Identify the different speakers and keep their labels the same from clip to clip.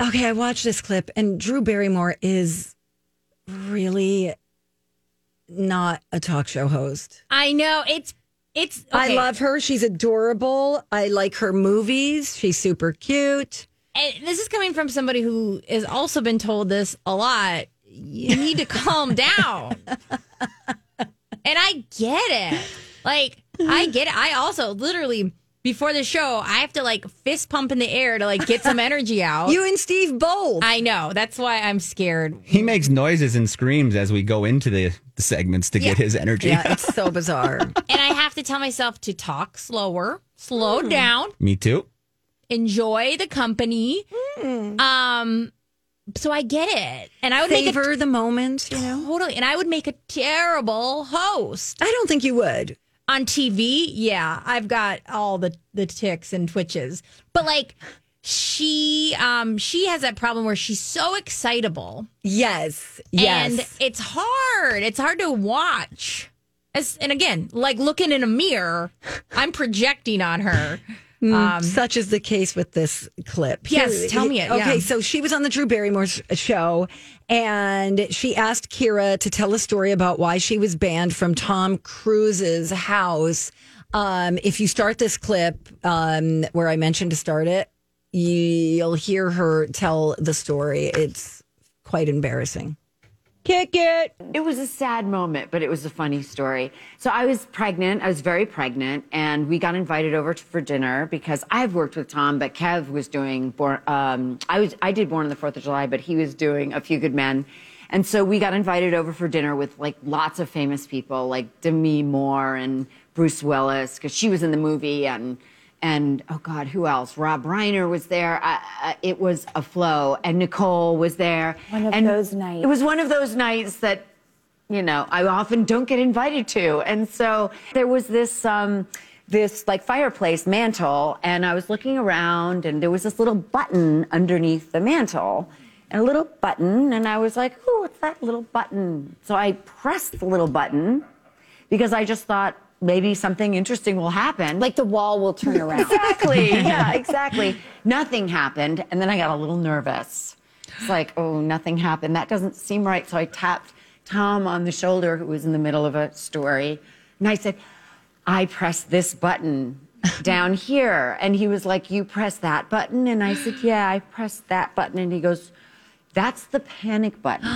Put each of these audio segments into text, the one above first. Speaker 1: okay, I watched this clip, and Drew Barrymore is really not a talk show host.
Speaker 2: I know it's it's.
Speaker 1: I
Speaker 2: okay.
Speaker 1: love her. She's adorable. I like her movies. She's super cute.
Speaker 2: And this is coming from somebody who has also been told this a lot. You need to calm down. and I get it. Like I get it. I also literally before the show, I have to like fist pump in the air to like get some energy out.
Speaker 1: You and Steve Bold.
Speaker 2: Oh. I know. That's why I'm scared.
Speaker 3: He makes noises and screams as we go into the, the segments to get his energy.
Speaker 1: yeah, it's so bizarre.
Speaker 2: And I have to tell myself to talk slower, slow
Speaker 1: Hmm.
Speaker 2: down,
Speaker 3: Me too.
Speaker 2: enjoy the company.
Speaker 1: Hmm.
Speaker 2: Um so I get it. And I would make a
Speaker 1: Savor the moment. You know,
Speaker 2: Totally. And I would make a terrible host
Speaker 1: I don't think you would.
Speaker 2: on TV. Yeah, I've got all the the ticks and twitches. But like she um she has that problem where she's so excitable
Speaker 1: Yes, yes.
Speaker 2: and it's hard. It's hard to watch. As, and again, like looking in a mirror, I'm projecting on her. Um,
Speaker 1: Such is the case with this clip.
Speaker 2: Yes, tell me it, yeah.
Speaker 1: Okay, so she was on the Drew Barrymore sh- show, and she asked Kira to tell a story about why she was banned from Tom Cruise's house. Um, if you start this clip um, where I mentioned to start it, you'll hear her tell the story. It's quite embarrassing. Kick it.
Speaker 4: It was a sad moment, but it was a funny story. So I was pregnant. I was very pregnant, and we got invited over to, for dinner because I've worked with Tom, but Kev was doing born. Um, I was I did Born on the Fourth of July, but he was doing A Few Good Men, and so we got invited over for dinner with like lots of famous people, like Demi Moore and Bruce Willis, because she was in the movie and and oh god who else rob reiner was there I, I, it was a flow and nicole was there
Speaker 5: One of
Speaker 4: And
Speaker 5: those nights.
Speaker 4: it was one of those nights that you know i often don't get invited to and so there was this um this like fireplace mantle and i was looking around and there was this little button underneath the mantle and a little button and i was like oh what's that little button so i pressed the little button because i just thought maybe something interesting will happen
Speaker 5: Like the wall will turn around.
Speaker 4: exactly. Yeah, exactly. Nothing happened. And then I got a little nervous. It's like, oh, nothing happened. That doesn't seem right. So I tapped Tom on the shoulder, who was in the middle of a story. And I said, I pressed this button down here. And he was like, You pressed that button? And I said, Yeah, I pressed that button. And he goes, That's the panic button.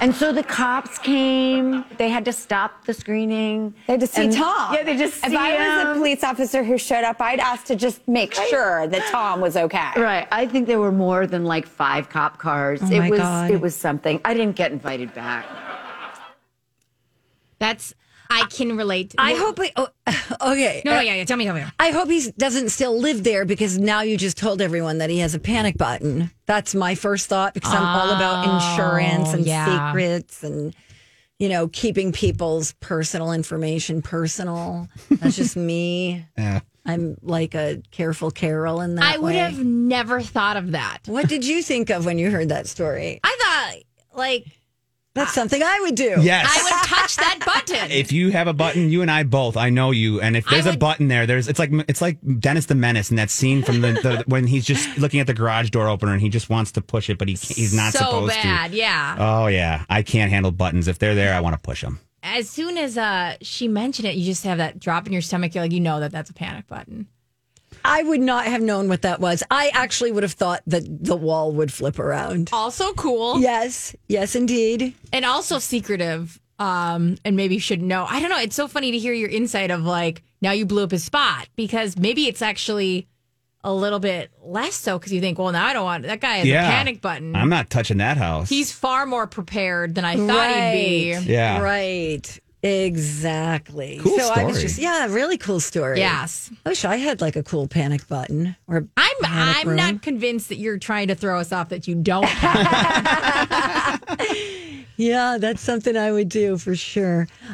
Speaker 4: and so the cops came. They had to stop the screening.
Speaker 5: They had to see
Speaker 4: And-
Speaker 5: Tom.
Speaker 4: Yeah, they just
Speaker 5: If
Speaker 4: see
Speaker 5: I was
Speaker 4: him.
Speaker 5: a police officer who showed up, I'd ask to just make sure that Tom was okay.
Speaker 4: Right. I think there were more than like five cop cars.
Speaker 1: Oh,
Speaker 4: it
Speaker 1: my
Speaker 4: was
Speaker 1: God.
Speaker 4: it was something. I didn't get invited back.
Speaker 2: That's I can relate.
Speaker 1: I
Speaker 2: Well,
Speaker 1: hope. It, oh, okay.
Speaker 2: No, no, yeah, yeah. Tell me, tell me.
Speaker 1: I hope he doesn't still live there because now you just told everyone that he has a panic button. That's my first thought because I'm all about insurance and
Speaker 2: Oh, yeah.
Speaker 1: secrets and you know keeping people's personal information personal. That's just me. I'm like a careful Carol in that
Speaker 2: I would
Speaker 1: way.
Speaker 2: have never thought of that.
Speaker 1: What did you think of when you heard that story?
Speaker 2: I thought like
Speaker 1: That's something I would do.
Speaker 3: Yes.
Speaker 2: I would touch that button.
Speaker 3: if you have a button, you and I both. I know you. And if
Speaker 2: I
Speaker 3: there's a
Speaker 2: would-
Speaker 3: button there, there's it's like it's like Dennis the Menace in that scene from the, the when he's just looking at the garage door opener and he just wants to push it, but he can't- he's not
Speaker 2: so
Speaker 3: supposed
Speaker 2: bad,
Speaker 3: to.
Speaker 2: yeah.
Speaker 3: Oh yeah, I can't handle buttons. If they're there, I want to push them.
Speaker 2: as soon as uh she mentioned it, you just have that drop in your stomach. You're like, you know that that's a panic button.
Speaker 1: I would not have known what that was. I actually would have thought that the wall would flip around.
Speaker 2: Also cool
Speaker 1: Yes, yes, indeed.
Speaker 2: and also secretive. Um, and maybe should know. I don't know. It's so funny to hear your insight of like now you blew up his spot because maybe it's actually a little bit less so because you think, well, now I don't want that guy has a panic button.
Speaker 3: I'm not touching that house.
Speaker 2: He's far more prepared than I thought he'd be.
Speaker 3: yeah.
Speaker 1: Right. Exactly.
Speaker 3: Cool
Speaker 1: so I was
Speaker 3: story.
Speaker 1: just yeah, really cool story.
Speaker 2: Yes.
Speaker 1: I wish I had like a cool panic button or a
Speaker 2: I'm
Speaker 1: panic
Speaker 2: I'm
Speaker 1: room.
Speaker 2: not convinced that you're trying to throw us off that you don't have.
Speaker 1: Yeah, that's something I would do for sure.